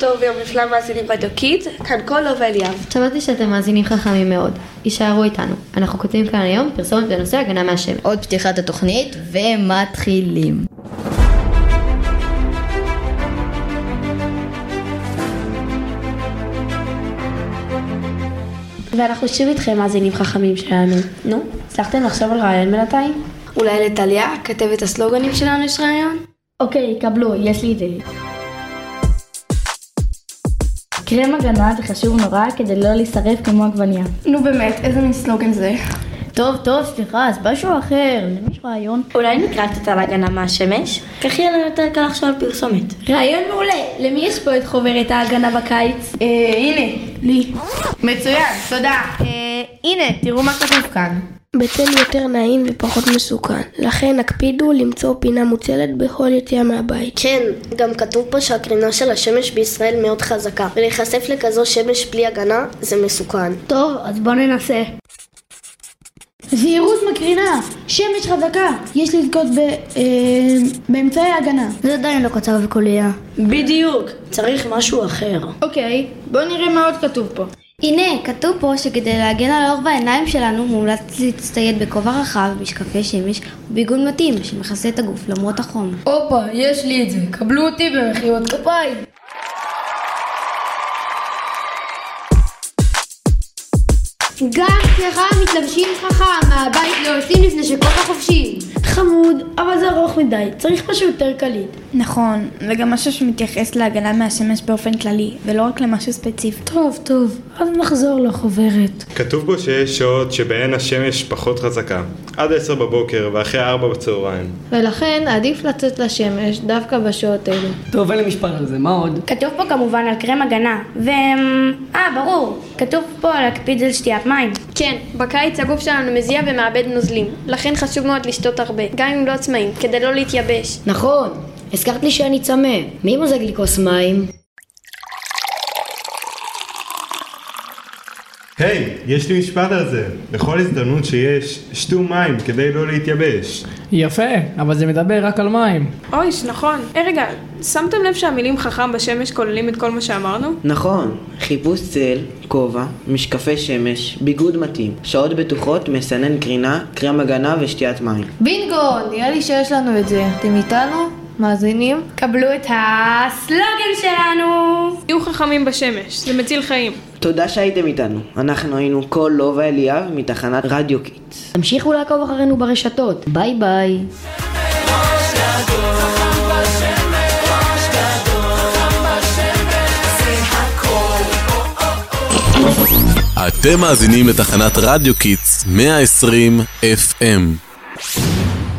טוב ויום נפלא מאזינים רדיו קיד, כאן קולו ואליאב. שמעתי שאתם מאזינים חכמים מאוד. הישארו איתנו. אנחנו כותבים כאן היום פרסומת בנושא הגנה מהשמש. עוד פתיחת התוכנית, ומתחילים. ואנחנו שוב איתכם מאזינים חכמים שלנו. נו, הצלחתם לחשוב על רעיון בינתיים? אולי לטליה, כתבת הסלוגנים שלנו, יש רעיון? אוקיי, קבלו, יש לי את זה. קרם הגנה זה חשוב נורא כדי לא להישרף כמו עגבנייה. נו באמת, איזה מין סלוגן זה? טוב, טוב, סליחה, אז משהו אחר, למי יש רעיון? אולי נקרא קצת על הגנה מהשמש? כך יהיה לנו יותר קל לחשוב על פרסומת. רעיון מעולה, למי יש פה את חוברת ההגנה בקיץ? אה, הנה, לי. מצוין, תודה. אה, הנה, תראו מה כתוב כאן. בצל יותר נעים ופחות מסוכן, לכן הקפידו למצוא פינה מוצלת בכל יציאה מהבית. כן, גם כתוב פה שהקרינה של השמש בישראל מאוד חזקה, ולהיחשף לכזו שמש בלי הגנה זה מסוכן. טוב, אז בוא ננסה. זהירות מקרינה, שמש חזקה, יש לזכות ב... אה, באמצעי ההגנה. זה עדיין לא קצר וקולע. בדיוק, צריך משהו אחר. אוקיי, בוא נראה מה עוד כתוב פה. הנה, כתוב פה שכדי להגן על האור בעיניים שלנו מומלץ להצטייד בכובע רחב, משקפי שמש וביגון מתאים שמכסה את הגוף למרות החום. הופה, יש לי את זה, קבלו אותי במחיאות כפיים. גם ככה מתלבשים חכם, מהבית לא יוצאים לפני שכל החופשי. חמוד, אבל זה ארוך מדי, צריך משהו יותר קליט. נכון, וגם משהו שמתייחס להגנה מהשמש באופן כללי, ולא רק למשהו ספציפי. טוב, טוב, אז נחזור לחוברת. כתוב פה שיש שעות שבהן השמש פחות חזקה, עד 10 בבוקר ואחרי 4 בצהריים. ולכן עדיף לצאת לשמש דווקא בשעות אלו. טוב, אין לי משפט על זה, מה עוד? כתוב פה כמובן על קרם הגנה, ו... אה, ברור, כתוב פה להקפיד על שתיית מים. כן, בקיץ הגוף שלנו מזיע ומאבד נוזלים, לכן חשוב מאוד לשתות הרבה, גם אם לא עצמאים, כדי לא להתייבש. נכון, הזכרת לי שאני צמא, מי מוזג לי כוס מים? היי, hey, יש לי משפט על זה. בכל הזדמנות שיש, שתו מים כדי לא להתייבש. יפה, אבל זה מדבר רק על מים. אוי, נכון. היי רגע, שמתם לב שהמילים חכם בשמש כוללים את כל מה שאמרנו? נכון, חיפוש צל, כובע, משקפי שמש, ביגוד מתאים, שעות בטוחות, מסנן קרינה, קרם הגנה ושתיית מים. בינגו, נראה לי שיש לנו את זה. אתם איתנו? מאזינים? קבלו את הסלוגן שלנו! תהיו חכמים בשמש, זה מציל חיים. תודה שהייתם איתנו. אנחנו היינו כל לובה אליאב מתחנת רדיו קיטס. תמשיכו לעקוב אחרינו ברשתות. ביי ביי. אתם מאזינים לתחנת רדיו קיטס 120 FM